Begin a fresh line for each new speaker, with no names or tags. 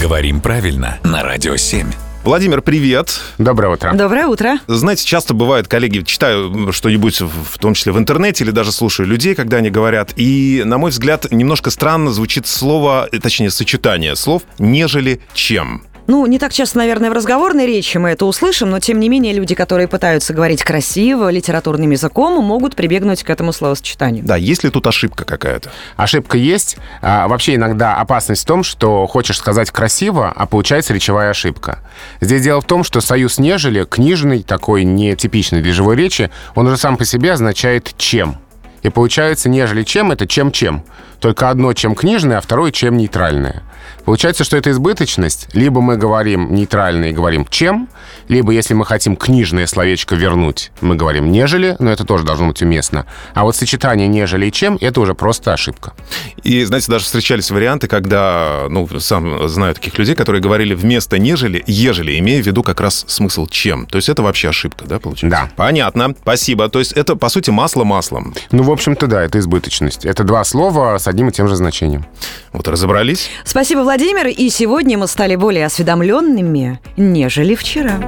Говорим правильно на Радио 7.
Владимир, привет.
Доброе утро.
Доброе утро.
Знаете, часто бывает, коллеги, читаю что-нибудь, в том числе в интернете, или даже слушаю людей, когда они говорят, и, на мой взгляд, немножко странно звучит слово, э, точнее, сочетание слов «нежели чем».
Ну, не так часто, наверное, в разговорной речи мы это услышим, но, тем не менее, люди, которые пытаются говорить красиво, литературным языком, могут прибегнуть к этому словосочетанию.
Да, есть ли тут ошибка какая-то?
Ошибка есть. А, вообще иногда опасность в том, что хочешь сказать красиво, а получается речевая ошибка. Здесь дело в том, что союз нежели, книжный, такой нетипичный для живой речи, он уже сам по себе означает «чем». И получается, нежели чем, это чем-чем. Только одно чем книжное, а второе чем нейтральное. Получается, что это избыточность. Либо мы говорим нейтрально и говорим чем, либо если мы хотим книжное словечко вернуть, мы говорим нежели, но это тоже должно быть уместно. А вот сочетание нежели и чем, это уже просто ошибка.
И, знаете, даже встречались варианты, когда, ну, сам знаю таких людей, которые говорили вместо нежели, ежели, имея в виду как раз смысл чем. То есть это вообще ошибка, да, получается?
Да.
Понятно, спасибо. То есть это, по сути, масло маслом.
Ну, в общем-то, да, это избыточность. Это два слова с одним и тем же значением.
Вот разобрались.
Спасибо, Владимир, и сегодня мы стали более осведомленными, нежели вчера.